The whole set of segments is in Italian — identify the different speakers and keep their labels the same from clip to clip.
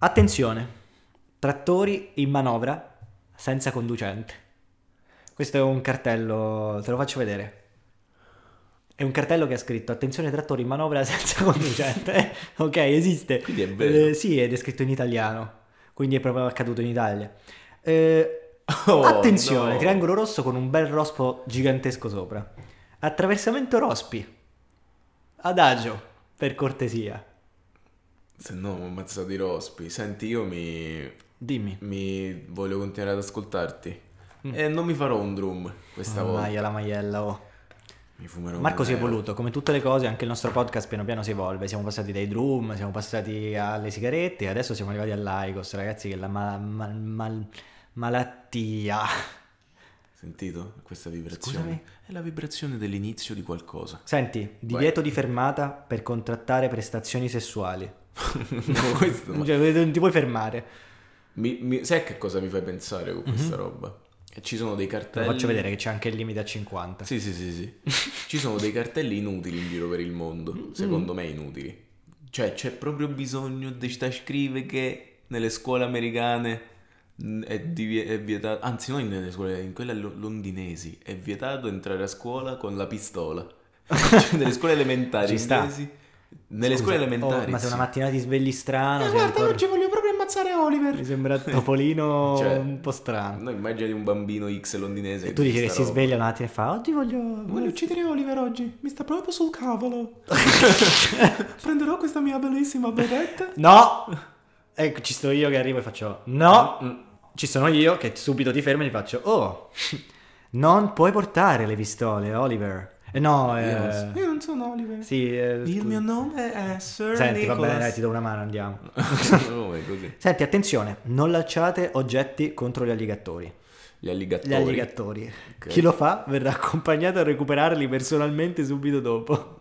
Speaker 1: Attenzione, trattori in manovra senza conducente. Questo è un cartello, te lo faccio vedere. È un cartello che ha scritto attenzione trattori in manovra senza conducente. ok, esiste.
Speaker 2: Quindi è vero.
Speaker 1: Eh, sì, ed è scritto in italiano, quindi è proprio accaduto in Italia. Eh,
Speaker 2: Oh,
Speaker 1: Attenzione,
Speaker 2: no.
Speaker 1: triangolo rosso con un bel rospo gigantesco sopra. Attraversamento rospi. Adagio, per cortesia.
Speaker 2: Se no, mi ammazza di rospi. Senti, io mi...
Speaker 1: Dimmi.
Speaker 2: mi voglio continuare ad ascoltarti.
Speaker 1: Mm.
Speaker 2: E non mi farò un drum questa volta.
Speaker 1: Maia la maiella, oh.
Speaker 2: Mi fumerò
Speaker 1: Marco
Speaker 2: un
Speaker 1: si è
Speaker 2: nero.
Speaker 1: evoluto, come tutte le cose, anche il nostro podcast piano piano si evolve. Siamo passati dai drum, siamo passati alle sigarette, e adesso siamo arrivati all'Aicos, ragazzi, che la ma- ma- mal- malattia.
Speaker 2: Sentito questa vibrazione?
Speaker 1: Scusami?
Speaker 2: È la vibrazione dell'inizio di qualcosa.
Speaker 1: Senti, divieto di fermata per contrattare prestazioni sessuali.
Speaker 2: no, questo ma-
Speaker 1: Cioè, non ti puoi fermare.
Speaker 2: mi, mi- Sai che cosa mi fai pensare con questa roba? Che Ci sono dei
Speaker 1: Te Mm-hmm. lo
Speaker 2: cartelli...
Speaker 1: faccio vedere che c'è anche il limite a 50.
Speaker 2: Sì, sì, sì, sì. Ci sono dei cartelli inutili in giro per il
Speaker 1: Mm.
Speaker 2: mondo. Secondo me inutili. Cioè, c'è proprio bisogno di sta scrive che nelle scuole americane mh, è, divie- è vietato... Anzi, non nelle scuole, in quelle lo- londinesi. È vietato entrare a scuola con la pistola. Cioè, nelle scuole elementari
Speaker 1: Ci sta.
Speaker 2: inglesi... Nelle
Speaker 1: Scusa,
Speaker 2: scuole
Speaker 1: oh,
Speaker 2: elementari...
Speaker 1: ma se
Speaker 2: sì.
Speaker 1: una mattina ti svegli strano,
Speaker 2: Eh,
Speaker 1: sei
Speaker 2: guarda,
Speaker 1: ancora-
Speaker 2: oggi voglio proprio ammazzare
Speaker 1: mi
Speaker 2: Oliver.
Speaker 1: sembra Topolino
Speaker 2: Cioè,
Speaker 1: un po' strano.
Speaker 2: No, immaginati un bambino X londinese.
Speaker 1: Esatto. E tu dici che
Speaker 2: sta
Speaker 1: si
Speaker 2: roba.
Speaker 1: sveglia una mattina e fa: Oggi voglio.
Speaker 2: Voglio uccidere Oliver oggi, mi sta proprio sul cavolo. Prenderò questa mia bellissima beretta.
Speaker 1: No! Ecco, ci sto io che arrivo e faccio:
Speaker 2: Mm,
Speaker 1: No! Ci sono io che subito ti fermo e gli faccio: Oh, non puoi portare le pistole, Oliver. Eh, no, eh,
Speaker 2: Io non sono Oliver.
Speaker 1: sì, eh,
Speaker 2: Il
Speaker 1: scusa.
Speaker 2: mio nome è Sir
Speaker 1: Senti, va bene, dai,
Speaker 2: Nicholas.
Speaker 1: ti do una mano, andiamo.
Speaker 2: Come Oh, così?
Speaker 1: Senti, attenzione, non lanciate oggetti contro gli alligatori.
Speaker 2: Gli alligatori.
Speaker 1: Gli alligatori.
Speaker 2: Ok.
Speaker 1: Chi lo fa verrà accompagnato a recuperarli personalmente subito dopo.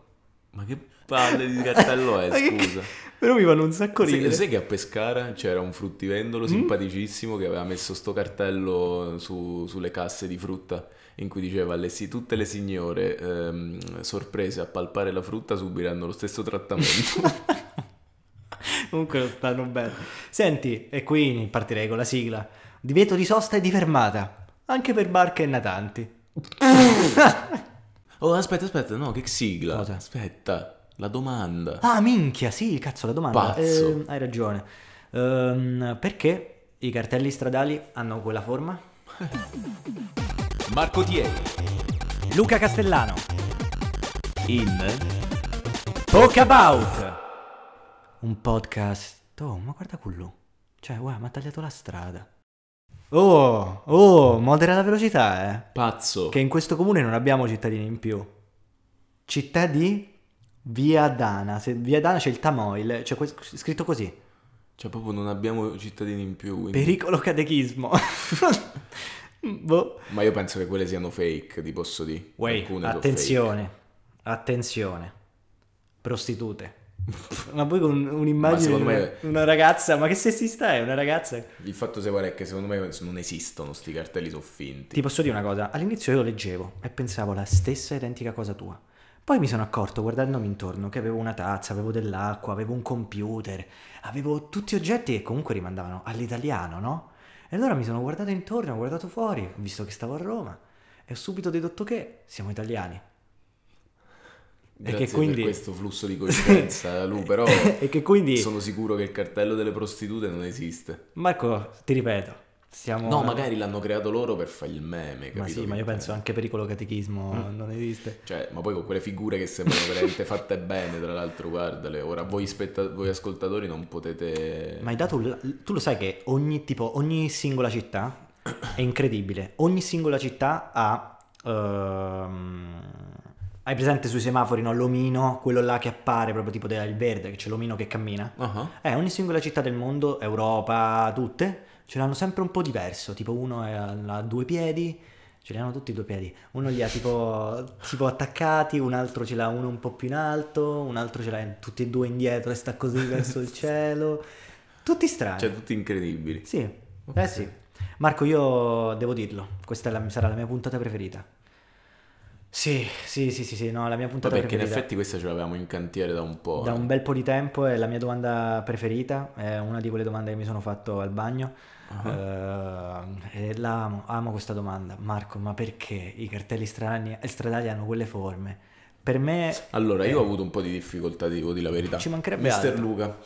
Speaker 2: Ma che palle di cartello è,
Speaker 1: Ma che-
Speaker 2: scusa?
Speaker 1: Però mi fanno un sacco
Speaker 2: Sai,
Speaker 1: ridere.
Speaker 2: sai che a Pescara c'era un fruttivendolo
Speaker 1: Mm?
Speaker 2: simpaticissimo che aveva messo sto cartello su- sulle casse di frutta in cui diceva le si- tutte le signore ehm, sorprese a palpare la frutta subiranno lo stesso trattamento.
Speaker 1: Comunque lo stanno bene. Senti, e qui partirei con la sigla. Divieto di sosta e di fermata. Anche per barche e natanti.
Speaker 2: oh, aspetta, aspetta, no, che sigla?
Speaker 1: Cosa?
Speaker 2: Aspetta, la domanda.
Speaker 1: Ah, minchia, sì, cazzo, la domanda.
Speaker 2: Pazzo.
Speaker 1: Ehm, hai ragione. Ehm, perché i cartelli stradali hanno quella forma?
Speaker 2: Marco Tieri
Speaker 1: Luca Castellano.
Speaker 2: in
Speaker 1: Talk About. Un podcast. Oh, ma guarda quello. Cioè, wow, mi ha tagliato la strada. Oh, oh, modera la velocità, eh.
Speaker 2: Pazzo.
Speaker 1: che in questo comune non abbiamo cittadini in più. Città di Viadana. Se Viadana c'è il Tamoil, c'è que- scritto così.
Speaker 2: Cioè, proprio non abbiamo cittadini in più. quindi-
Speaker 1: Pericolo catechismo. boh.
Speaker 2: Ma io penso che quelle siano fake, ti posso dire. Alcune sono
Speaker 1: attenzione, attenzione. Prostitute. Ma poi con
Speaker 2: Ma
Speaker 1: un'immagine di
Speaker 2: secondo
Speaker 1: una,
Speaker 2: me-
Speaker 1: una ragazza, ma che sessista è una ragazza?
Speaker 2: fake. Il fatto se è che secondo me non esistono sti cartelli, sono finti.
Speaker 1: Ti posso dire una cosa, all'inizio io lo leggevo e pensavo la stessa identica cosa tua. Poi mi sono accorto guardandomi intorno che avevo una tazza, avevo dell'acqua, avevo un computer, avevo tutti oggetti che comunque rimandavano all'italiano, no? E allora mi sono guardato intorno, ho guardato fuori, ho visto che stavo a Roma e ho subito dedotto che siamo italiani.
Speaker 2: Grazie
Speaker 1: che quindi-
Speaker 2: per questo flusso di coscienza, Lu, però
Speaker 1: e che quindi,
Speaker 2: sono sicuro che il cartello delle prostitute non esiste.
Speaker 1: Marco, ti ripeto, siamo...
Speaker 2: No, magari l'hanno creato loro per fare il meme, capito?
Speaker 1: Ma sì, ma
Speaker 2: che
Speaker 1: io
Speaker 2: intendo?
Speaker 1: penso anche pericolo catechismo non esiste.
Speaker 2: Cioè, ma poi con quelle figure che sembrano veramente fatte bene, tra l'altro, guardale. Ora voi, spetta- voi ascoltatori non potete...
Speaker 1: Ma hai dato l- tu lo sai che ogni tipo, ogni singola città è incredibile. Ogni singola città ha. ehm, hai presente sui semafori no? l'omino, quello là che appare proprio tipo del verde, che c'è l'omino che cammina.
Speaker 2: Ah,
Speaker 1: Eh, ogni singola città del mondo, Europa, tutte, ce l'hanno sempre un po' diverso. Tipo uno è- ha due piedi, ce li hanno tutti e due i piedi. Uno li ha tipo, tipo attaccati, un altro ce l'ha uno un po' più in alto, un altro ce l'ha in- tutti e due indietro e sta così verso il cielo. Tutti strani.
Speaker 2: Cioè, tutti incredibili.
Speaker 1: Sì, eh sì. Marco, io devo dirlo, questa è la- sarà la mia puntata preferita. Sì, sì, sì, sì, sì, no, la mia puntata
Speaker 2: Vabbè, perché in
Speaker 1: preferita
Speaker 2: effetti questa ce l'avevamo in cantiere da un po'.
Speaker 1: da
Speaker 2: eh.
Speaker 1: un bel po' di tempo è la mia domanda preferita, è una di quelle domande che mi sono fatto al bagno.
Speaker 2: Ah.
Speaker 1: Eh, e la amo, amo questa domanda. Marco, ma perché i cartelli strani- stradali hanno quelle forme? Per me
Speaker 2: Allora, io ho avuto un po' di difficoltà, ti devo dire la verità.
Speaker 1: Eh. Ci mancherebbe
Speaker 2: Mister
Speaker 1: altro.
Speaker 2: Luca.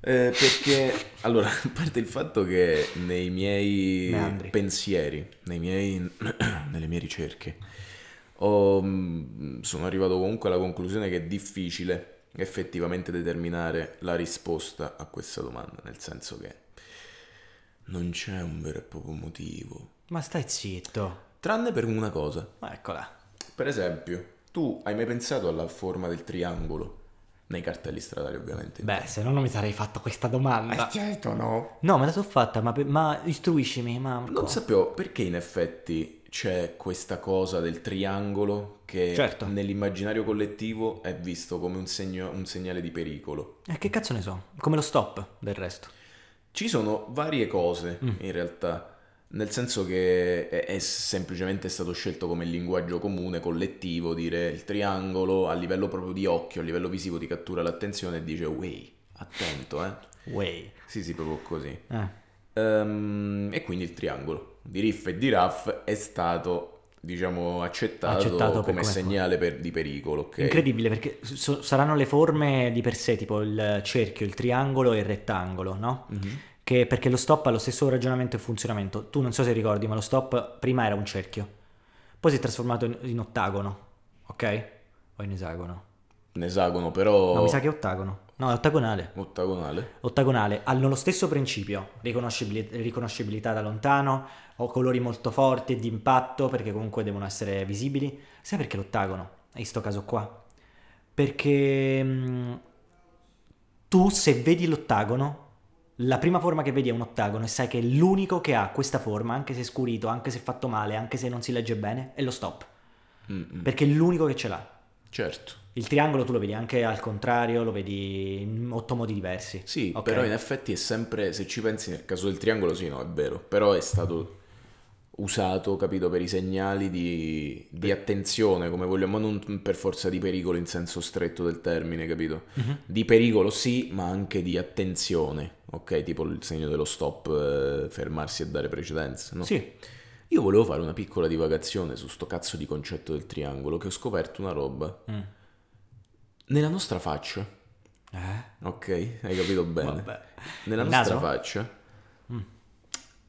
Speaker 2: eh, perché, allora, a parte il fatto che nei miei
Speaker 1: Meandri.
Speaker 2: pensieri, nei miei- nelle mie ricerche, ho, mh, sono arrivato comunque alla conclusione che è difficile effettivamente determinare la risposta a questa domanda, nel senso che non c'è un vero e proprio motivo,
Speaker 1: Ma stai zitto.
Speaker 2: tranne per una cosa.
Speaker 1: Ma Eccola.
Speaker 2: Per esempio, tu hai mai pensato alla forma del triangolo? Nei cartelli stradali, ovviamente.
Speaker 1: Beh, se no non mi sarei fatto questa domanda.
Speaker 2: certo, no.
Speaker 1: Eh, No, me la sono fatta, ma, per- ma istruiscimi, Marco.
Speaker 2: Non sapevo perché in effetti c'è questa cosa del triangolo che
Speaker 1: Certo.
Speaker 2: nell'immaginario collettivo è visto come un, segno- un segnale di pericolo.
Speaker 1: Eh, che cazzo ne so? Come lo stop, del resto.
Speaker 2: Ci sono varie cose
Speaker 1: Mm.
Speaker 2: in realtà, nel senso che è, è semplicemente stato scelto come linguaggio comune, collettivo, dire il triangolo a livello proprio di occhio, a livello visivo ti cattura l'attenzione e dice wey, attento eh.
Speaker 1: Way.
Speaker 2: Sì, sì, proprio così.
Speaker 1: Eh.
Speaker 2: Ehm, e quindi il triangolo di Riff e di Raff è stato, diciamo, accettato,
Speaker 1: Accettato per
Speaker 2: come
Speaker 1: come
Speaker 2: segnale per- di pericolo. ok?
Speaker 1: Incredibile perché so- saranno le forme di per sé, tipo il cerchio, il triangolo e il rettangolo, no?
Speaker 2: Mhm.
Speaker 1: Che perché lo stop ha lo stesso ragionamento e funzionamento. Tu non so se ricordi, ma lo stop prima era un cerchio, poi si è trasformato in, in ottagono, ok? O in esagono.
Speaker 2: Un esagono, però,
Speaker 1: No, mi sa che è ottagono. No, è ottagonale.
Speaker 2: ottagonale.
Speaker 1: Ottagonale, hanno lo stesso principio, riconoscibili- riconoscibilità da lontano, o colori molto forti e di impatto perché comunque devono essere visibili. Sai perché l'ottagono? In sto caso qua. Perché mm, tu se vedi l'ottagono, la prima forma che vedi è un ottagono e sai che l'unico che ha questa forma, anche se scurito, anche se fatto male, anche se non si legge bene, è lo stop.
Speaker 2: Mm-mm.
Speaker 1: Perché è l'unico che ce l'ha.
Speaker 2: Mm, Certo.
Speaker 1: Il triangolo tu lo vedi anche al contrario, lo vedi in otto modi diversi.
Speaker 2: Sì,
Speaker 1: Ok?
Speaker 2: però in effetti è sempre, se ci pensi nel caso del triangolo, sì, no, è vero, però è stato usato, capito, per i segnali di, di attenzione, come vogliamo, ma non per forza di pericolo in senso stretto del termine, capito?
Speaker 1: Mhm.
Speaker 2: Di pericolo sì, ma anche di attenzione, ok? Tipo il segno dello stop, eh, fermarsi e dare precedenza, no?
Speaker 1: Sì,
Speaker 2: Io volevo fare una piccola divagazione su sto cazzo di concetto del triangolo, che ho scoperto una roba.
Speaker 1: Mm.
Speaker 2: Nella nostra faccia,
Speaker 1: Eh?
Speaker 2: ok? Hai capito bene?
Speaker 1: Vabbè.
Speaker 2: Nella
Speaker 1: Il naso?
Speaker 2: nostra
Speaker 1: Mm.
Speaker 2: faccia,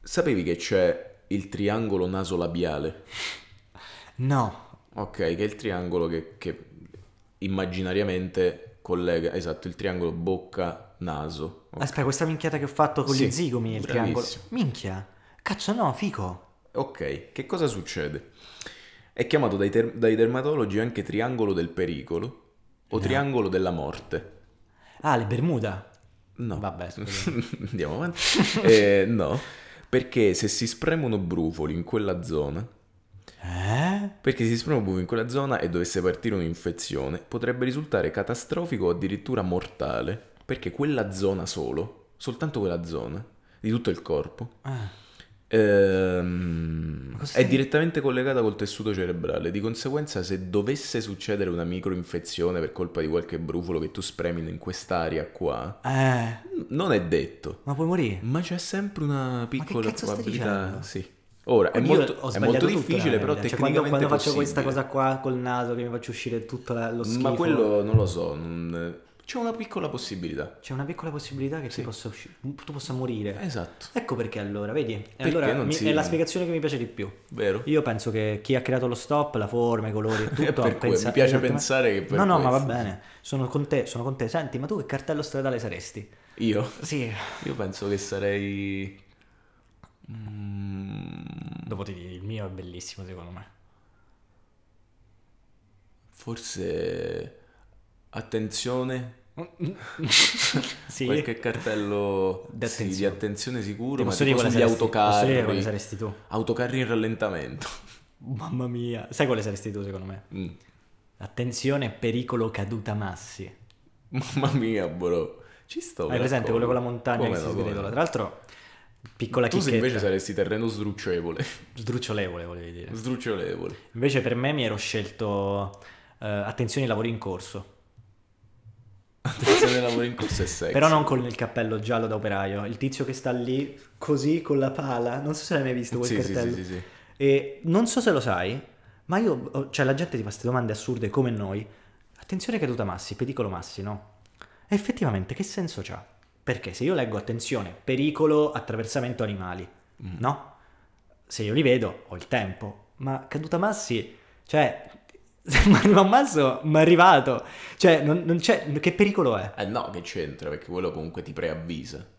Speaker 2: sapevi che c'è il triangolo naso-labiale?
Speaker 1: No.
Speaker 2: Ok, che è il triangolo che, che immaginariamente collega, esatto, il triangolo bocca-naso.
Speaker 1: Aspetta, questa minchiata che ho fatto con
Speaker 2: Sì,
Speaker 1: gli zigomi, il triangolo.
Speaker 2: bravissimo.
Speaker 1: Minchia. Cazzo no, fico.
Speaker 2: Ok, che cosa succede? È chiamato dai, ter- dai dermatologi anche triangolo del pericolo o triangolo della morte.
Speaker 1: Ah, le Bermuda.
Speaker 2: No.
Speaker 1: Vabbè, scusa.
Speaker 2: Andiamo avanti. Eh, no, perché se si spremono brufoli in quella zona,
Speaker 1: Eh?
Speaker 2: perché se si spremono brufoli in quella zona e dovesse partire un'infezione, potrebbe risultare catastrofico o addirittura mortale, perché quella zona solo, soltanto quella zona, di tutto il corpo,
Speaker 1: Ah.
Speaker 2: Ehm,
Speaker 1: Ma cosa
Speaker 2: è
Speaker 1: stai-
Speaker 2: direttamente collegata col tessuto cerebrale, di conseguenza se dovesse succedere una microinfezione per colpa di qualche brufolo che tu spremi in quest'area qua,
Speaker 1: Eh.
Speaker 2: n- non è detto,
Speaker 1: Ma puoi morire.
Speaker 2: ma c'è sempre una
Speaker 1: che
Speaker 2: piccola
Speaker 1: cazzo stai
Speaker 2: probabilità.
Speaker 1: dicendo?
Speaker 2: Sì. Ora, è
Speaker 1: Quindi io
Speaker 2: molto,
Speaker 1: ho
Speaker 2: è
Speaker 1: sbagliato
Speaker 2: molto
Speaker 1: tutto,
Speaker 2: difficile,
Speaker 1: raga,
Speaker 2: però
Speaker 1: cioè,
Speaker 2: tecnicamente
Speaker 1: quando, quando faccio questa
Speaker 2: possibile.
Speaker 1: cosa qua col naso che mi faccio uscire tutto la- lo schifo.
Speaker 2: Ma quello non lo so, non- eh, c'è una piccola possibilità.
Speaker 1: C'è una piccola possibilità che
Speaker 2: Sì.
Speaker 1: ti possa usci- tu possa morire.
Speaker 2: Esatto,
Speaker 1: Ecco perché allora, vedi? E
Speaker 2: Perché
Speaker 1: allora
Speaker 2: non
Speaker 1: mi-
Speaker 2: si-
Speaker 1: è la spiegazione che mi piace di più.
Speaker 2: vero?
Speaker 1: Io penso che chi ha creato lo stop, la forma, i colori e tutto.
Speaker 2: È per quello,
Speaker 1: pensa-
Speaker 2: mi piace
Speaker 1: esattamente-
Speaker 2: pensare che per
Speaker 1: No, no, ma va
Speaker 2: questo.
Speaker 1: bene. Sono con te, sono con te. Senti, ma tu che cartello stradale saresti?
Speaker 2: Io?
Speaker 1: Sì.
Speaker 2: Io penso che sarei... Mm,
Speaker 1: Dopo ti dico, il mio è bellissimo secondo me.
Speaker 2: Forse attenzione,
Speaker 1: sì.
Speaker 2: qualche cartello
Speaker 1: Di
Speaker 2: sì, di
Speaker 1: attenzione.
Speaker 2: attenzione sicuro,
Speaker 1: Ti
Speaker 2: ma
Speaker 1: posso
Speaker 2: tipo
Speaker 1: dire quale
Speaker 2: sugli
Speaker 1: saresti, posso dire
Speaker 2: autocarri,
Speaker 1: quale saresti tu?
Speaker 2: autocarri in rallentamento.
Speaker 1: Mamma mia. Sai quale saresti tu secondo me?
Speaker 2: Mm.
Speaker 1: Attenzione, pericolo caduta massi.
Speaker 2: Mamma mia, bro. Ci sto.
Speaker 1: Hai presente quello con la montagna che si sgretola? Tra l'altro Piccola
Speaker 2: tu se
Speaker 1: chicchetta.
Speaker 2: invece saresti terreno sdruccievole.
Speaker 1: Sdrucciolevole, volevi dire.
Speaker 2: Sdrucciolevole.
Speaker 1: Invece per me mi ero scelto eh, attenzione ai lavori in corso.
Speaker 2: Attenzione ai lavori in corso e sexy.
Speaker 1: Però non con il cappello giallo da operaio. Il tizio che sta lì così con la pala. Non so se l'hai mai visto quel
Speaker 2: sì, sì,
Speaker 1: cartello.
Speaker 2: sì, sì, sì.
Speaker 1: E non so se lo sai, ma io, cioè la gente ti fa queste domande assurde come noi. Attenzione caduta massi, pericolo massi, no? Effettivamente che senso c'ha? Perché se io leggo attenzione, pericolo, attraversamento animali,
Speaker 2: Mm.
Speaker 1: no? Se io li vedo ho il tempo, ma caduta massi, cioè, se mi arriva un masso, mi è arrivato. Cioè, non, non c'è, che pericolo è?
Speaker 2: Eh no, che c'entra, perché quello comunque ti preavvisa.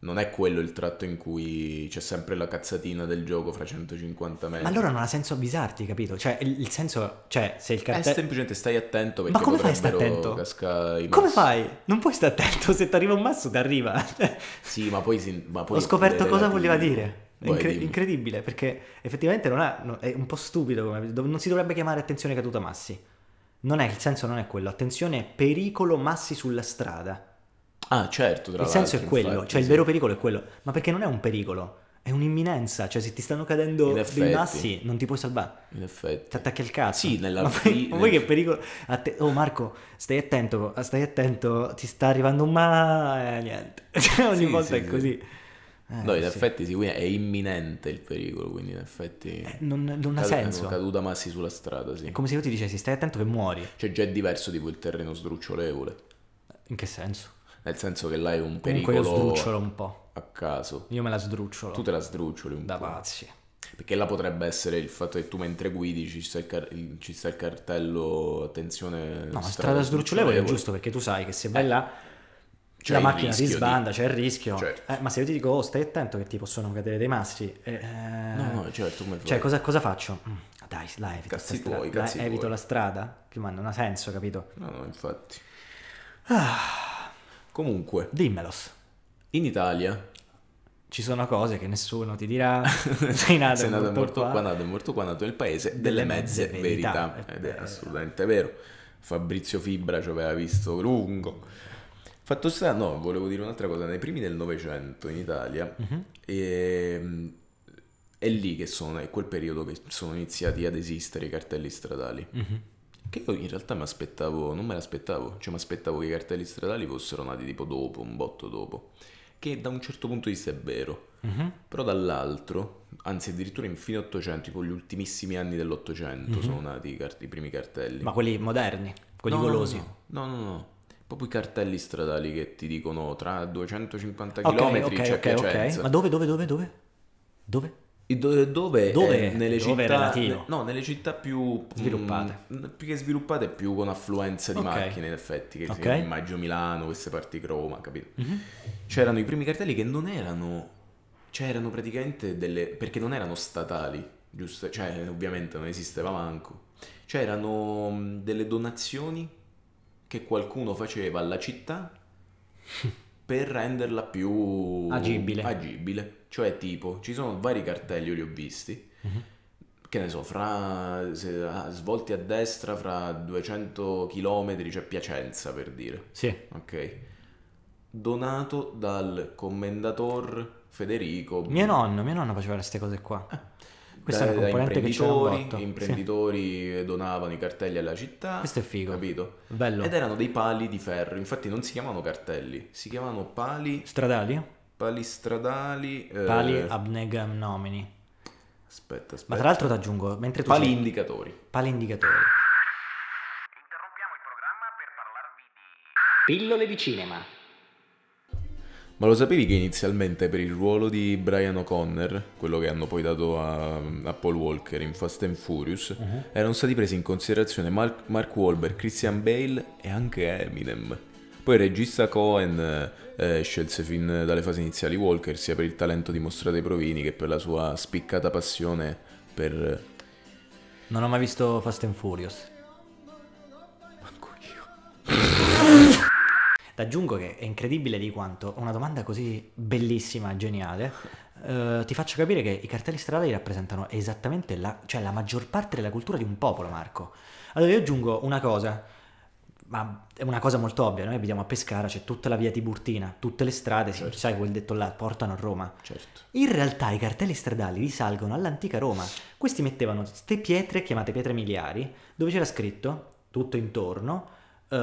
Speaker 2: Non è quello il tratto in cui c'è sempre la cazzatina del gioco fra 150 metri.
Speaker 1: Ma allora non ha senso avvisarti, capito? Cioè, il, il senso, cioè, se il
Speaker 2: Eh,
Speaker 1: cartello...
Speaker 2: semplicemente stai attento perché
Speaker 1: Ma come fai a stare
Speaker 2: potrebbero
Speaker 1: attento?
Speaker 2: cascare i
Speaker 1: Come
Speaker 2: massi.
Speaker 1: fai? Non puoi stare attento, se ti arriva un masso ti arriva. Cioè,
Speaker 2: Sì, ma poi, si- ma poi
Speaker 1: Ho scoperto
Speaker 2: pure
Speaker 1: cosa
Speaker 2: relativo.
Speaker 1: voleva dire. È
Speaker 2: Vai,
Speaker 1: incre-
Speaker 2: dimmi.
Speaker 1: incredibile, perché effettivamente non ha- no- è un po' stupido, come- do- non si dovrebbe chiamare attenzione caduta massi. Non è, il senso non è quello, attenzione pericolo massi sulla strada.
Speaker 2: Ah, certo, tra
Speaker 1: il senso è
Speaker 2: l'altro,
Speaker 1: quello,
Speaker 2: infatti,
Speaker 1: cioè il
Speaker 2: sì.
Speaker 1: vero pericolo è quello, ma perché non è un pericolo, è un'imminenza, cioè se ti stanno
Speaker 2: In
Speaker 1: cadendo dei
Speaker 2: effetti.
Speaker 1: massi non ti puoi salvare,
Speaker 2: In
Speaker 1: ti
Speaker 2: effetti.
Speaker 1: attacchi al cazzo.
Speaker 2: Sì, nella-
Speaker 1: Ma poi, ma
Speaker 2: nel-
Speaker 1: poi che pericolo... atte- oh Marco, stai attento, stai attento, ti sta arrivando un ma... eh, niente, Cioè, ogni
Speaker 2: Sì,
Speaker 1: volta
Speaker 2: sì,
Speaker 1: è
Speaker 2: sì.
Speaker 1: così. Eh,
Speaker 2: No, in
Speaker 1: sì.
Speaker 2: effetti sì, quindi è imminente il pericolo, quindi in effetti...
Speaker 1: Eh, non, non ha
Speaker 2: Cad-
Speaker 1: senso.
Speaker 2: Caduta massi sulla strada, sì.
Speaker 1: È come se io ti dicessi stai attento che muori.
Speaker 2: Cioè già è diverso tipo il terreno sdrucciolevole.
Speaker 1: In che senso?
Speaker 2: Nel senso che là è un
Speaker 1: Comunque io sdrucciolo
Speaker 2: pericolo
Speaker 1: un po'.
Speaker 2: a caso.
Speaker 1: Io me la sdrucciolo.
Speaker 2: Tu te la sdruccioli un
Speaker 1: Da
Speaker 2: po'.
Speaker 1: pazzi.
Speaker 2: Perché là potrebbe essere il fatto che tu mentre guidi ci sta il, car- il- ci sta il cartello, attenzione...
Speaker 1: No, la strada sdrucciolevole è giusto perché tu sai che se vai
Speaker 2: Eh,
Speaker 1: là
Speaker 2: c'è
Speaker 1: la
Speaker 2: il
Speaker 1: macchina ti
Speaker 2: rischio di-
Speaker 1: sbanda, c'è il rischio.
Speaker 2: Certo.
Speaker 1: Eh, ma se io ti dico oh, stai attento che ti possono cadere dei massi. eh, eh,
Speaker 2: No, no, certo, come fai?
Speaker 1: Cioè, cosa, cosa faccio? Mm, Dai, la evito.
Speaker 2: Cazzi
Speaker 1: sta strada.
Speaker 2: tuoi,
Speaker 1: La-
Speaker 2: cazzi
Speaker 1: evito
Speaker 2: tuoi.
Speaker 1: la strada? Che ma non ha senso, capito?
Speaker 2: No, no, infatti.
Speaker 1: Ah,
Speaker 2: Comunque,
Speaker 1: dimmelos.
Speaker 2: in Italia...
Speaker 1: Ci sono cose che nessuno ti dirà. sei nato,
Speaker 2: Sei
Speaker 1: e
Speaker 2: nato e morto qua,
Speaker 1: qua.
Speaker 2: nato e morto qua, nato nel paese delle mezze verità. Ed è assolutamente vero. Fabrizio Fibra ci aveva visto lungo. Fatto sta, no, volevo dire un'altra cosa. Nei primi del Novecento in Italia
Speaker 1: Mhm.
Speaker 2: ehm, è lì che sono, è quel periodo che sono iniziati ad esistere i cartelli stradali.
Speaker 1: Mhm.
Speaker 2: Che io in realtà mi aspettavo, non me l'aspettavo, cioè mi aspettavo che i cartelli stradali fossero nati tipo dopo, un botto dopo. Che da un certo punto di vista è vero.
Speaker 1: Mhm.
Speaker 2: Però dall'altro, anzi addirittura in fine 800, tipo gli ultimissimi anni dell'Ottocento
Speaker 1: Mhm.
Speaker 2: sono nati i, cart- i primi cartelli.
Speaker 1: Ma quelli moderni, quelli
Speaker 2: No, no,
Speaker 1: golosi.
Speaker 2: No, no, no, no. Proprio i cartelli stradali che ti dicono tra 250
Speaker 1: Ok,
Speaker 2: km
Speaker 1: ok,
Speaker 2: c'è
Speaker 1: ok,
Speaker 2: cioè, Piacenza.
Speaker 1: ok. Ma dove, dove, dove, dove? Dove?
Speaker 2: E do- Dove,
Speaker 1: Dove?
Speaker 2: eh, nelle
Speaker 1: Dove è
Speaker 2: città,
Speaker 1: relativo?
Speaker 2: no, nelle città più
Speaker 1: Sviluppate.
Speaker 2: mm, più che sviluppate, più con affluenza di
Speaker 1: Ok.
Speaker 2: macchine, in effetti. Che
Speaker 1: Ok. Mhm.
Speaker 2: sì, immagino Milano, queste parti Roma, capito? C'erano i primi cartelli che non erano, cioè erano praticamente delle, perché non erano statali, giusto? Cioè, ovviamente non esisteva manco. C'erano mh, Cioè, mm, delle donazioni che qualcuno faceva alla città per renderla più
Speaker 1: Agibile.
Speaker 2: agibile. Cioè, tipo, ci sono vari cartelli, io li ho visti.
Speaker 1: Mhm.
Speaker 2: Che ne so, fra se- ah, svolti a destra fra 200 km c'è Piacenza per dire.
Speaker 1: Sì.
Speaker 2: Ok. Donato dal commendator Federico.
Speaker 1: Mio nonno, mio nonno faceva queste cose qua.
Speaker 2: Ah.
Speaker 1: Questa è
Speaker 2: da-
Speaker 1: una
Speaker 2: da
Speaker 1: componente che c'era un
Speaker 2: imprenditori,
Speaker 1: botto. Sì.
Speaker 2: imprenditori donavano i cartelli alla città.
Speaker 1: Questo è figo.
Speaker 2: Capito?
Speaker 1: Bello.
Speaker 2: Ed erano dei pali di ferro, infatti non si chiamavano cartelli, si chiamavano pali,
Speaker 1: Stradali?
Speaker 2: pali stradali. eh,
Speaker 1: Pali abnegam nomini.
Speaker 2: Aspetta, aspetta.
Speaker 1: Ma tra l'altro ti aggiungo, mentre tu...
Speaker 2: pali
Speaker 1: sei-
Speaker 2: indicatori.
Speaker 1: Pali indicatori.
Speaker 3: Interrompiamo il programma per parlarvi di...
Speaker 1: Pillole di cinema.
Speaker 2: Ma lo sapevi che inizialmente per il ruolo di Brian O'Connor, quello che hanno poi dato a, a Paul Walker in Fast and Furious,
Speaker 1: Mhm.
Speaker 2: erano stati presi in considerazione Mark, Mark Wahlberg, Christian Bale e anche Eminem. Poi il regista Cohen eh, scelse fin dalle fasi iniziali Walker sia per il talento dimostrato ai provini che per la sua spiccata passione per... eh,
Speaker 1: Non ho mai visto Fast and Furious.
Speaker 2: Manco io.
Speaker 1: Ti aggiungo che è incredibile di quanto una domanda così bellissima e geniale eh, ti faccia capire che i cartelli stradali rappresentano esattamente la, cioè la maggior parte della cultura di un popolo, Marco. Allora io aggiungo una cosa, ma è una cosa molto ovvia, noi abitiamo a Pescara, c'è tutta la via Tiburtina, tutte le strade, sì,
Speaker 2: Certo.
Speaker 1: sai quel detto là, portano a Roma.
Speaker 2: certo.
Speaker 1: In realtà i cartelli stradali risalgono all'antica Roma. Questi mettevano queste pietre chiamate pietre miliari, dove c'era scritto tutto intorno,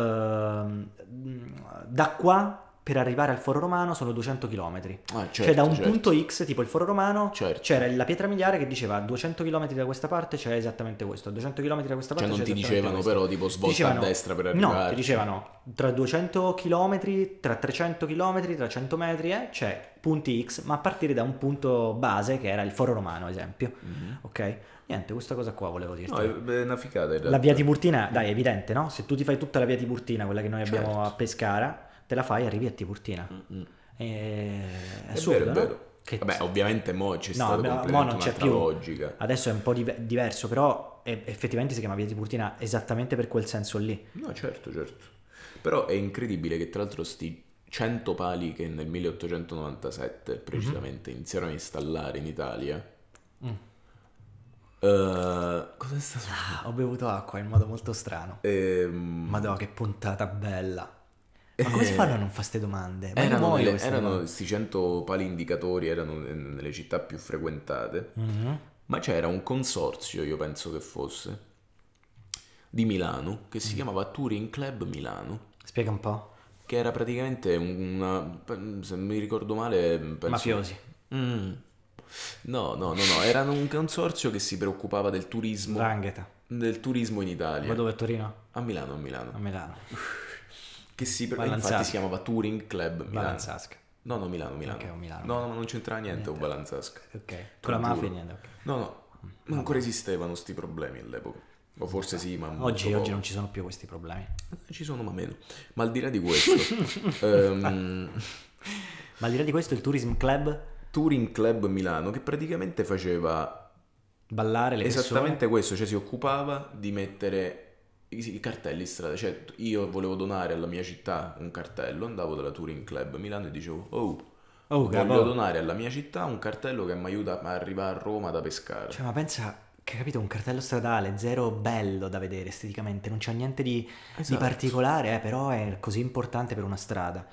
Speaker 1: ehm, da qua per arrivare al foro romano sono 200 km.
Speaker 2: Ah, certo,
Speaker 1: cioè da un
Speaker 2: certo.
Speaker 1: punto X, tipo il foro romano,
Speaker 2: Certo.
Speaker 1: c'era la pietra miliare che diceva a 200 km da questa parte c'è esattamente questo, a 200 km da questa parte
Speaker 2: Cioè non
Speaker 1: c'è
Speaker 2: ti
Speaker 1: esattamente
Speaker 2: dicevano
Speaker 1: questo.
Speaker 2: però tipo svolta
Speaker 1: Dicevano-
Speaker 2: a destra per arrivare.
Speaker 1: No, ti dicevano tra 200 km, tra 300 km, tra 100 metri, eh, c'è punti X, ma a partire da un punto base che era il Foro Romano, ad esempio.
Speaker 2: Mhm.
Speaker 1: Ok? Niente, questa cosa qua volevo dirti.
Speaker 2: No, è è una ficata in realtà.
Speaker 1: la via Tiburtina, dai, è evidente, no? Se tu ti fai tutta la via Tiburtina, quella che noi abbiamo
Speaker 2: Certo.
Speaker 1: a Pescara, te la fai e arrivi a Tiburtina.
Speaker 2: Mm, mm.
Speaker 1: E... È
Speaker 2: È
Speaker 1: assurdo,
Speaker 2: vero, è
Speaker 1: no?
Speaker 2: vero.
Speaker 1: Che-
Speaker 2: Vabbè, ovviamente mo c'è
Speaker 1: No,
Speaker 2: stata
Speaker 1: no, mo
Speaker 2: completamente
Speaker 1: non c'è
Speaker 2: un'altra
Speaker 1: più.
Speaker 2: logica.
Speaker 1: Adesso è un po' div- diverso, però è- effettivamente si chiama via Tiburtina esattamente per quel senso lì.
Speaker 2: No, certo, certo. Però è incredibile che tra l'altro sti 100 pali che nel 1897
Speaker 1: Mhm.
Speaker 2: precisamente iniziarono a installare in Italia.
Speaker 1: Mm.
Speaker 2: Eh, cosa è stato?
Speaker 1: Ah, ho bevuto acqua in modo molto strano.
Speaker 2: Ehm,
Speaker 1: Madonna, che puntata bella. Ma come si fanno a non fare ste domande? Ma io
Speaker 2: Eh. erano,
Speaker 1: muoio
Speaker 2: nelle-
Speaker 1: queste
Speaker 2: erano
Speaker 1: domande.
Speaker 2: sti 100 pali indicatori, erano n- nelle città più frequentate.
Speaker 1: Mhm.
Speaker 2: Ma c'era un consorzio, io penso che fosse, di Milano, che si
Speaker 1: Mm.
Speaker 2: chiamava Touring Club Milano.
Speaker 1: Spiega un po'.
Speaker 2: Che era praticamente un- una. Se mi ricordo male. Penso...
Speaker 1: Mafiosi.
Speaker 2: Mm. No, no, no, no. Era un consorzio che si preoccupava del turismo.
Speaker 1: Drangheta.
Speaker 2: Del turismo in Italia.
Speaker 1: Ma dove è Torino?
Speaker 2: A Milano, a Milano.
Speaker 1: A Milano.
Speaker 2: Che si pre-
Speaker 1: Balanzate.
Speaker 2: Infatti si chiamava Touring Club Milano.
Speaker 1: Balanzasca.
Speaker 2: No, no, Milano, Milano.
Speaker 1: Ok, o Milano.
Speaker 2: No, no, non c'entrava niente, un Balanzasca.
Speaker 1: Ok.
Speaker 2: Te
Speaker 1: Con la
Speaker 2: lo
Speaker 1: mafia
Speaker 2: giuro.
Speaker 1: niente. ok.
Speaker 2: No, no. Ma ancora esistevano sti problemi all'epoca. O forse sì, ma. molto
Speaker 1: Oggi, oggi
Speaker 2: poco.
Speaker 1: non ci sono più questi problemi.
Speaker 2: Ci sono, ma meno. Ma al di là di questo, ehm,
Speaker 1: Ma al di là di questo, il Tourism Club
Speaker 2: Touring Club Milano che praticamente faceva
Speaker 1: ballare le persone.
Speaker 2: esattamente questo, cioè si occupava di mettere i i cartelli in strada. Cioè io volevo donare alla mia città un cartello, andavo dalla Touring Club Milano e dicevo, oh,
Speaker 1: Oh,
Speaker 2: voglio
Speaker 1: capo.
Speaker 2: donare alla mia città un cartello che mi aiuta a arrivare a Roma da Pescara.
Speaker 1: Cioè, ma pensa che capito un cartello stradale zero bello da vedere esteticamente, non c'è niente di, di
Speaker 2: Esatto.
Speaker 1: particolare, eh, però è così importante per una strada.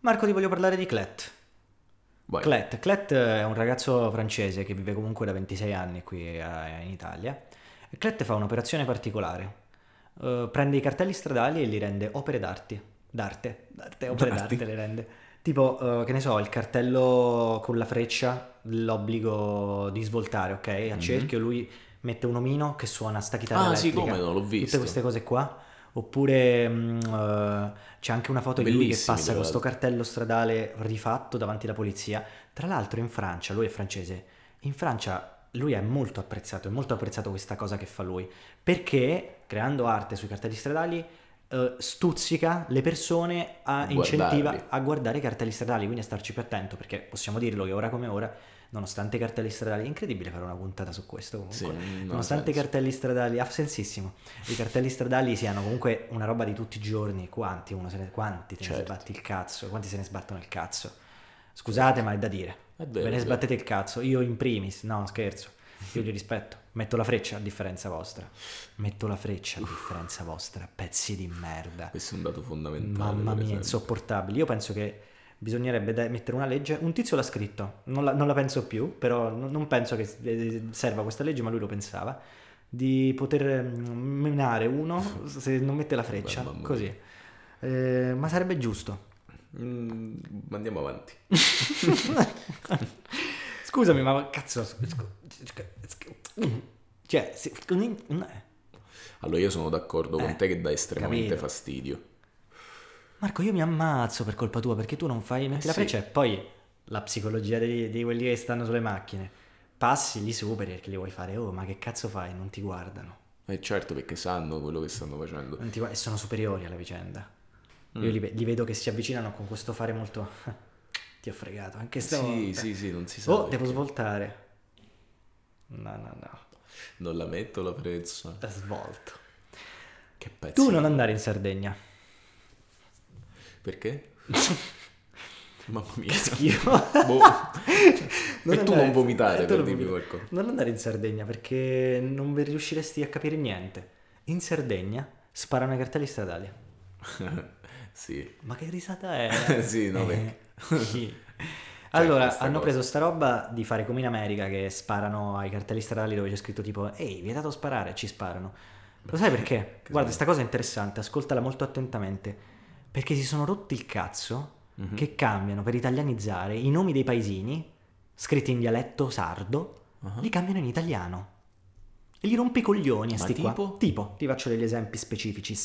Speaker 1: Marco, ti voglio parlare di Clet.
Speaker 2: Vai.
Speaker 1: Clet. Clet è un ragazzo francese che vive comunque da 26 anni qui a- in Italia. E Clet fa un'operazione particolare. Eh, prende i cartelli stradali e li rende opere d'arte. D'arte, d'arte, opere d'arte,
Speaker 2: D'arte.
Speaker 1: le rende. Tipo, eh, che ne so, il cartello con la freccia, l'obbligo di svoltare, ok? A
Speaker 2: Mhm.
Speaker 1: cerchio lui mette un omino che suona sta chitarra
Speaker 2: Ah sì,
Speaker 1: elettrica.
Speaker 2: come no, l'ho
Speaker 1: Tutte
Speaker 2: visto.
Speaker 1: queste cose qua. Oppure mh, eh, c'è anche una foto di lui che
Speaker 2: Bellissimi,
Speaker 1: passa
Speaker 2: tra
Speaker 1: con sto
Speaker 2: l'altro.
Speaker 1: cartello stradale rifatto davanti alla polizia. Tra l'altro in Francia, lui è francese, in Francia lui è molto apprezzato, è molto apprezzato questa cosa che fa lui, perché creando arte sui cartelli stradali eh, stuzzica le persone a
Speaker 2: A
Speaker 1: incentiva
Speaker 2: guardarli.
Speaker 1: a guardare i cartelli stradali, quindi a starci più attento, perché possiamo dirlo che ora come ora, nonostante i cartelli stradali, è incredibile fare una puntata su questo comunque.
Speaker 2: Sì, non ha
Speaker 1: Nonostante i
Speaker 2: senso.
Speaker 1: cartelli stradali, ha sensissimo, i cartelli stradali siano comunque una roba di tutti i giorni, quanti, uno se ne, quanti te ne
Speaker 2: Certo.
Speaker 1: sbatti il cazzo, quanti se ne sbattono il cazzo. Scusate, ma è da dire.
Speaker 2: È vero,
Speaker 1: Ve
Speaker 2: è
Speaker 1: ne
Speaker 2: vero.
Speaker 1: sbattete il cazzo, io in primis, no scherzo, io li rispetto, metto la freccia a differenza vostra, metto la freccia a differenza vostra, pezzi di merda.
Speaker 2: Questo è un dato fondamentale.
Speaker 1: Mamma mia,
Speaker 2: per esempio.
Speaker 1: insopportabili. Io penso che bisognerebbe de- mettere una legge. Un tizio l'ha scritto, non la, non la penso più, però non, non penso che eh, serva questa legge, ma lui lo pensava. Di poter mm, menare uno se non mette la freccia,
Speaker 2: Mamma mia.
Speaker 1: così. Eh, ma sarebbe giusto.
Speaker 2: Mm, ma andiamo avanti.
Speaker 1: Scusami, ma cazzo. scu- scu- Cioè, se-
Speaker 2: Allora io sono d'accordo
Speaker 1: Eh,
Speaker 2: con te che dà estremamente
Speaker 1: capito.
Speaker 2: fastidio.
Speaker 1: Marco, io mi ammazzo per colpa tua perché tu non fai. Metti
Speaker 2: Eh
Speaker 1: la
Speaker 2: sì.
Speaker 1: freccia e poi la psicologia di, di quelli che stanno sulle macchine. Passi, li superi perché li vuoi fare. Oh, ma che cazzo fai? Non ti guardano.
Speaker 2: E certo perché sanno quello che stanno facendo.
Speaker 1: Non ti gua- e sono superiori alla vicenda.
Speaker 2: Mm.
Speaker 1: Io li, ve- li vedo che si avvicinano con questo fare molto. ti ho fregato anche
Speaker 2: Sì,
Speaker 1: stavolta.
Speaker 2: sì, sì, non si sa.
Speaker 1: Oh,
Speaker 2: perché.
Speaker 1: devo svoltare. No, no, no.
Speaker 2: Non la metto la prezza.
Speaker 1: Svolto.
Speaker 2: Che pezzo.
Speaker 1: Tu non andare in Sardegna.
Speaker 2: Perché? Mamma mia.
Speaker 1: Schifo.
Speaker 2: Boh. e tu
Speaker 1: andare-
Speaker 2: non vomitare
Speaker 1: eh, tu
Speaker 2: per
Speaker 1: non
Speaker 2: dirmi
Speaker 1: vomi-
Speaker 2: qualcosa.
Speaker 1: Non andare in Sardegna perché non vi riusciresti a capire niente. In Sardegna sparano i cartelli stradali.
Speaker 2: sì.
Speaker 1: Ma che risata è?
Speaker 2: Sì, no,
Speaker 1: Eh,
Speaker 2: perché-
Speaker 1: sì.
Speaker 2: Cioè,
Speaker 1: Allora,
Speaker 2: questa
Speaker 1: hanno
Speaker 2: cosa.
Speaker 1: preso sta roba di fare come in America che sparano ai cartelli stradali dove c'è scritto tipo Ehi, vietato sparare, ci sparano. Lo sai perché? Guarda,
Speaker 2: Che sbaglio.
Speaker 1: sta cosa è interessante, ascoltala molto attentamente. Perché si sono rotti il cazzo
Speaker 2: Mhm.
Speaker 1: che cambiano per italianizzare i nomi dei paesini, scritti in dialetto sardo,
Speaker 2: Ah.
Speaker 1: li cambiano in italiano. E gli rompi i coglioni a
Speaker 2: Ma
Speaker 1: sti qua.
Speaker 2: tipo?
Speaker 1: Tipo, ti faccio degli esempi specifici.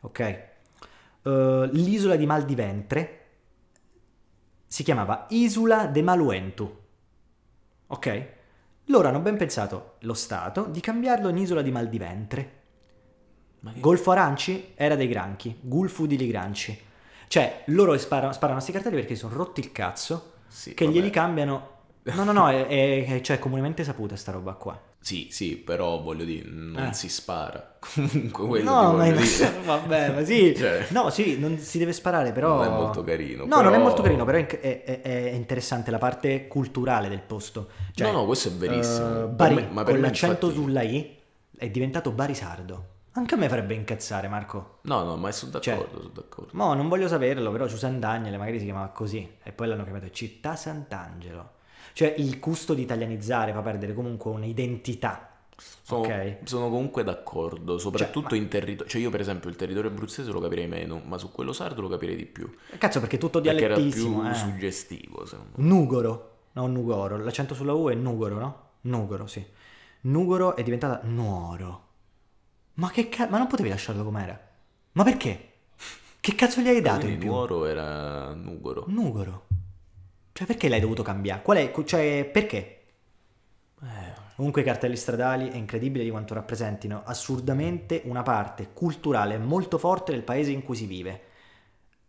Speaker 1: Ok. Eh, l'isola di mal di ventre si chiamava Isola de Maluentu. Ok? Loro hanno ben pensato, lo Stato, di cambiarlo in isola di mal di ventre.
Speaker 2: Ma che-
Speaker 1: Golfo Aranci era dei granchi, Gulfu di Ligranci. Cioè, loro sparano, sparano a sti cartelli perché si sono rotti il cazzo
Speaker 2: Sì,
Speaker 1: che
Speaker 2: vabbè.
Speaker 1: glieli cambiano. No, no, no, è, è- è- cioè, è comunemente saputa sta roba qua.
Speaker 2: Sì, sì, però voglio dire, non
Speaker 1: Eh.
Speaker 2: si spara. Comunque quello
Speaker 1: no,
Speaker 2: ti
Speaker 1: ma
Speaker 2: voglio
Speaker 1: è-
Speaker 2: dire.
Speaker 1: vabbè, ma sì.
Speaker 2: Cioè,
Speaker 1: No, sì, non si deve sparare, però...
Speaker 2: Non è molto carino.
Speaker 1: No, non è
Speaker 2: però-
Speaker 1: molto carino, però è, inc- è- è- è interessante la parte culturale del posto. Cioè,
Speaker 2: no, no, questo è verissimo.
Speaker 1: eh,
Speaker 2: Per
Speaker 1: Bari,
Speaker 2: me- ma per
Speaker 1: con
Speaker 2: me
Speaker 1: l'accento
Speaker 2: infatti-
Speaker 1: sulla I, è diventato Barisardo. Anche a me farebbe incazzare, Marco.
Speaker 2: No, no, ma sono
Speaker 1: Cioè-
Speaker 2: d'accordo, sono d'accordo.
Speaker 1: Mo' non voglio saperlo, però Susan Daniele magari si chiamava così e poi l'hanno chiamato Città Sant'Angelo. Cioè il gusto di italianizzare fa perdere comunque un'identità.
Speaker 2: Sono,
Speaker 1: ok.
Speaker 2: sono comunque d'accordo, soprattutto in territorio. Cioè, io, per esempio, il territorio abruzzese lo capirei meno, ma su quello sardo lo capirei di più.
Speaker 1: Cazzo perché è tutto
Speaker 2: Perché era più
Speaker 1: dialettissimo. eh.
Speaker 2: suggestivo, secondo me.
Speaker 1: Nugoro, no Nugoro, l'accento sulla U è Nugoro, no? Nugoro, sì. Nugoro è diventata Nuoro. Ma che cazzo, ma non potevi lasciarlo com'era? Ma perché? Che cazzo gli hai dato in
Speaker 2: Quindi
Speaker 1: più?
Speaker 2: Nuoro era Nugoro.
Speaker 1: Nugoro. Cioè perché l'hai dovuto cambiare? Qual è, cioè perché? Mm.
Speaker 2: Eh,
Speaker 1: Comunque i cartelli stradali è incredibile di quanto rappresentino assurdamente una parte culturale molto forte del paese in cui si vive.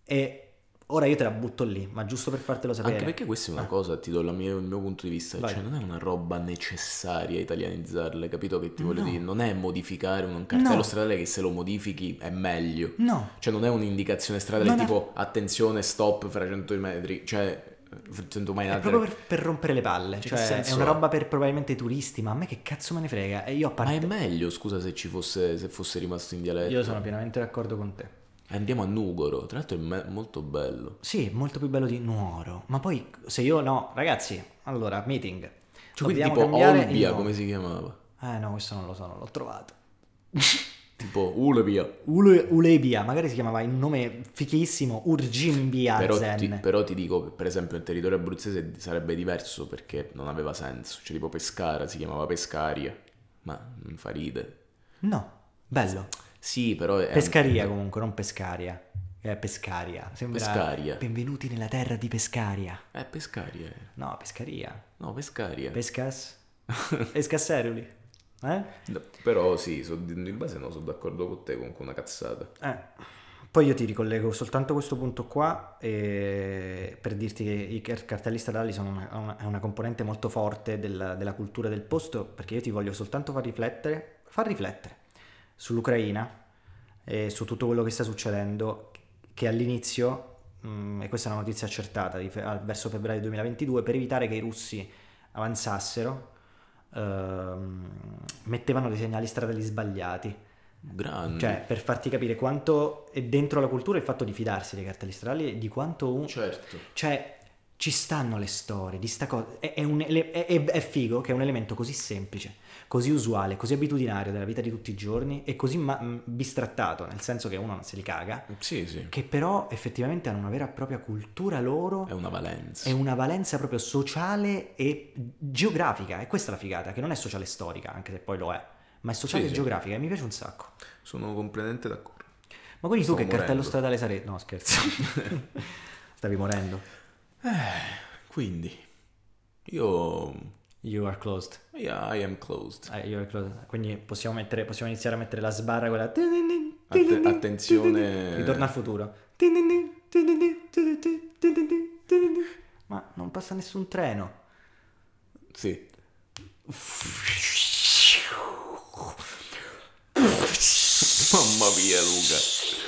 Speaker 1: E ora io te la butto lì, ma giusto per fartelo sapere.
Speaker 2: anche perché questa è una
Speaker 1: Ah.
Speaker 2: cosa, ti do la mia- il mio punto di vista,
Speaker 1: Vai.
Speaker 2: cioè non è una roba necessaria italianizzarla, capito che ti voglio
Speaker 1: No.
Speaker 2: dire? Non è modificare un cartello
Speaker 1: No.
Speaker 2: stradale che se lo modifichi è meglio.
Speaker 1: No,
Speaker 2: Cioè non è un'indicazione stradale
Speaker 1: Non è-
Speaker 2: tipo attenzione, stop fra 100 metri, cioè fra 100
Speaker 1: è
Speaker 2: metri.
Speaker 1: proprio per, per rompere le palle.
Speaker 2: Cioè,
Speaker 1: Cioè,
Speaker 2: che
Speaker 1: è
Speaker 2: senso
Speaker 1: una
Speaker 2: ha?
Speaker 1: roba per probabilmente i turisti, ma a me che cazzo me ne frega. E io a
Speaker 2: Ma è
Speaker 1: parte...
Speaker 2: meglio, scusa, se ci fosse, se fosse rimasto in dialetto. Eh,
Speaker 1: Io sono pienamente d'accordo con te.
Speaker 2: Andiamo a Nugoro, tra l'altro è me- molto bello.
Speaker 1: Sì, è molto più bello di Nuoro. Ma poi se io no, ragazzi, allora, meeting.
Speaker 2: Cioè, quindi
Speaker 1: Dobbiamo
Speaker 2: tipo
Speaker 1: cambiare il
Speaker 2: Olbia,
Speaker 1: nome.
Speaker 2: come si chiamava?
Speaker 1: Eh no, questo non lo so, non l'ho trovato.
Speaker 2: Tipo Ulebia.
Speaker 1: Ule- Ulebia, magari si chiamava in un nome fichissimo Urgimbia
Speaker 2: Però
Speaker 1: Zen.
Speaker 2: ti, però ti dico che per esempio il territorio abruzzese sarebbe diverso perché non aveva senso. Cioè tipo Pescara si chiamava Pescaria, ma mi fa ridere.
Speaker 1: No, bello.
Speaker 2: Sì, però è...
Speaker 1: Pescaria comunque, non Pescaria. Eh, pescaria. Sembra
Speaker 2: Pescaria.
Speaker 1: Benvenuti nella terra di Pescaria.
Speaker 2: Eh, Pescaria era.
Speaker 1: No, Pescaria.
Speaker 2: No, Pescaria.
Speaker 1: Pescas. Pescasseruli. Eh?
Speaker 2: No, però sì, so- in base non sono d'accordo con te con una cazzata.
Speaker 1: Eh. Poi io ti ricollego soltanto questo punto qua eh, per dirti che i car- cartelli stradali sono una, una- è una componente molto forte della, della cultura del posto perché io ti voglio soltanto far riflettere, far riflettere sull'Ucraina e su tutto quello che sta succedendo che all'inizio, mh, e questa è una notizia accertata, di fe- al- verso febbraio 2022, per evitare che i russi avanzassero ehm, mettevano dei segnali stradali sbagliati.
Speaker 2: Grande.
Speaker 1: Cioè, per farti capire quanto è dentro la cultura il fatto di fidarsi dei cartelli stradali e di quanto un... Cioè,
Speaker 2: certo.
Speaker 1: ci stanno le storie di sta cosa. È, è un ele- è- è- è figo che è un elemento così semplice, così usuale, così abitudinario della vita di tutti i giorni e così ma- mh, bistrattato, nel senso che uno non se li caga,
Speaker 2: Sì, sì.
Speaker 1: che però effettivamente hanno una vera e propria cultura loro.
Speaker 2: È una valenza.
Speaker 1: È una valenza proprio sociale e geografica, e questa è la figata, che non è sociale storica, anche se poi lo è, ma è sociale
Speaker 2: Sì,
Speaker 1: e
Speaker 2: sì.
Speaker 1: geografica, e mi piace un sacco.
Speaker 2: Sono completamente d'accordo.
Speaker 1: Ma quindi tu
Speaker 2: Stavo
Speaker 1: che cartello
Speaker 2: morendo.
Speaker 1: stradale saresti? No, scherzo. Stavi morendo.
Speaker 2: Quindi, io...
Speaker 1: You are closed.
Speaker 2: Yeah, I am closed.
Speaker 1: Eh, you are closed. Quindi possiamo, mettere- possiamo iniziare a mettere la sbarra quella.
Speaker 2: Atte- attenzione.
Speaker 1: Ritorno al futuro. Ma non passa nessun treno.
Speaker 2: Sì. Mamma mia, Luca.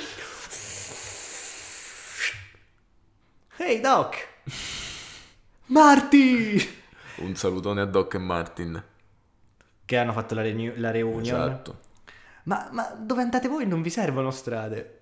Speaker 1: Hey Doc! Marty!
Speaker 2: Un salutone a Doc e Martin.
Speaker 1: Che hanno fatto la, reunione.
Speaker 2: Esatto.
Speaker 1: Ma, ma dove andate voi non vi servono strade?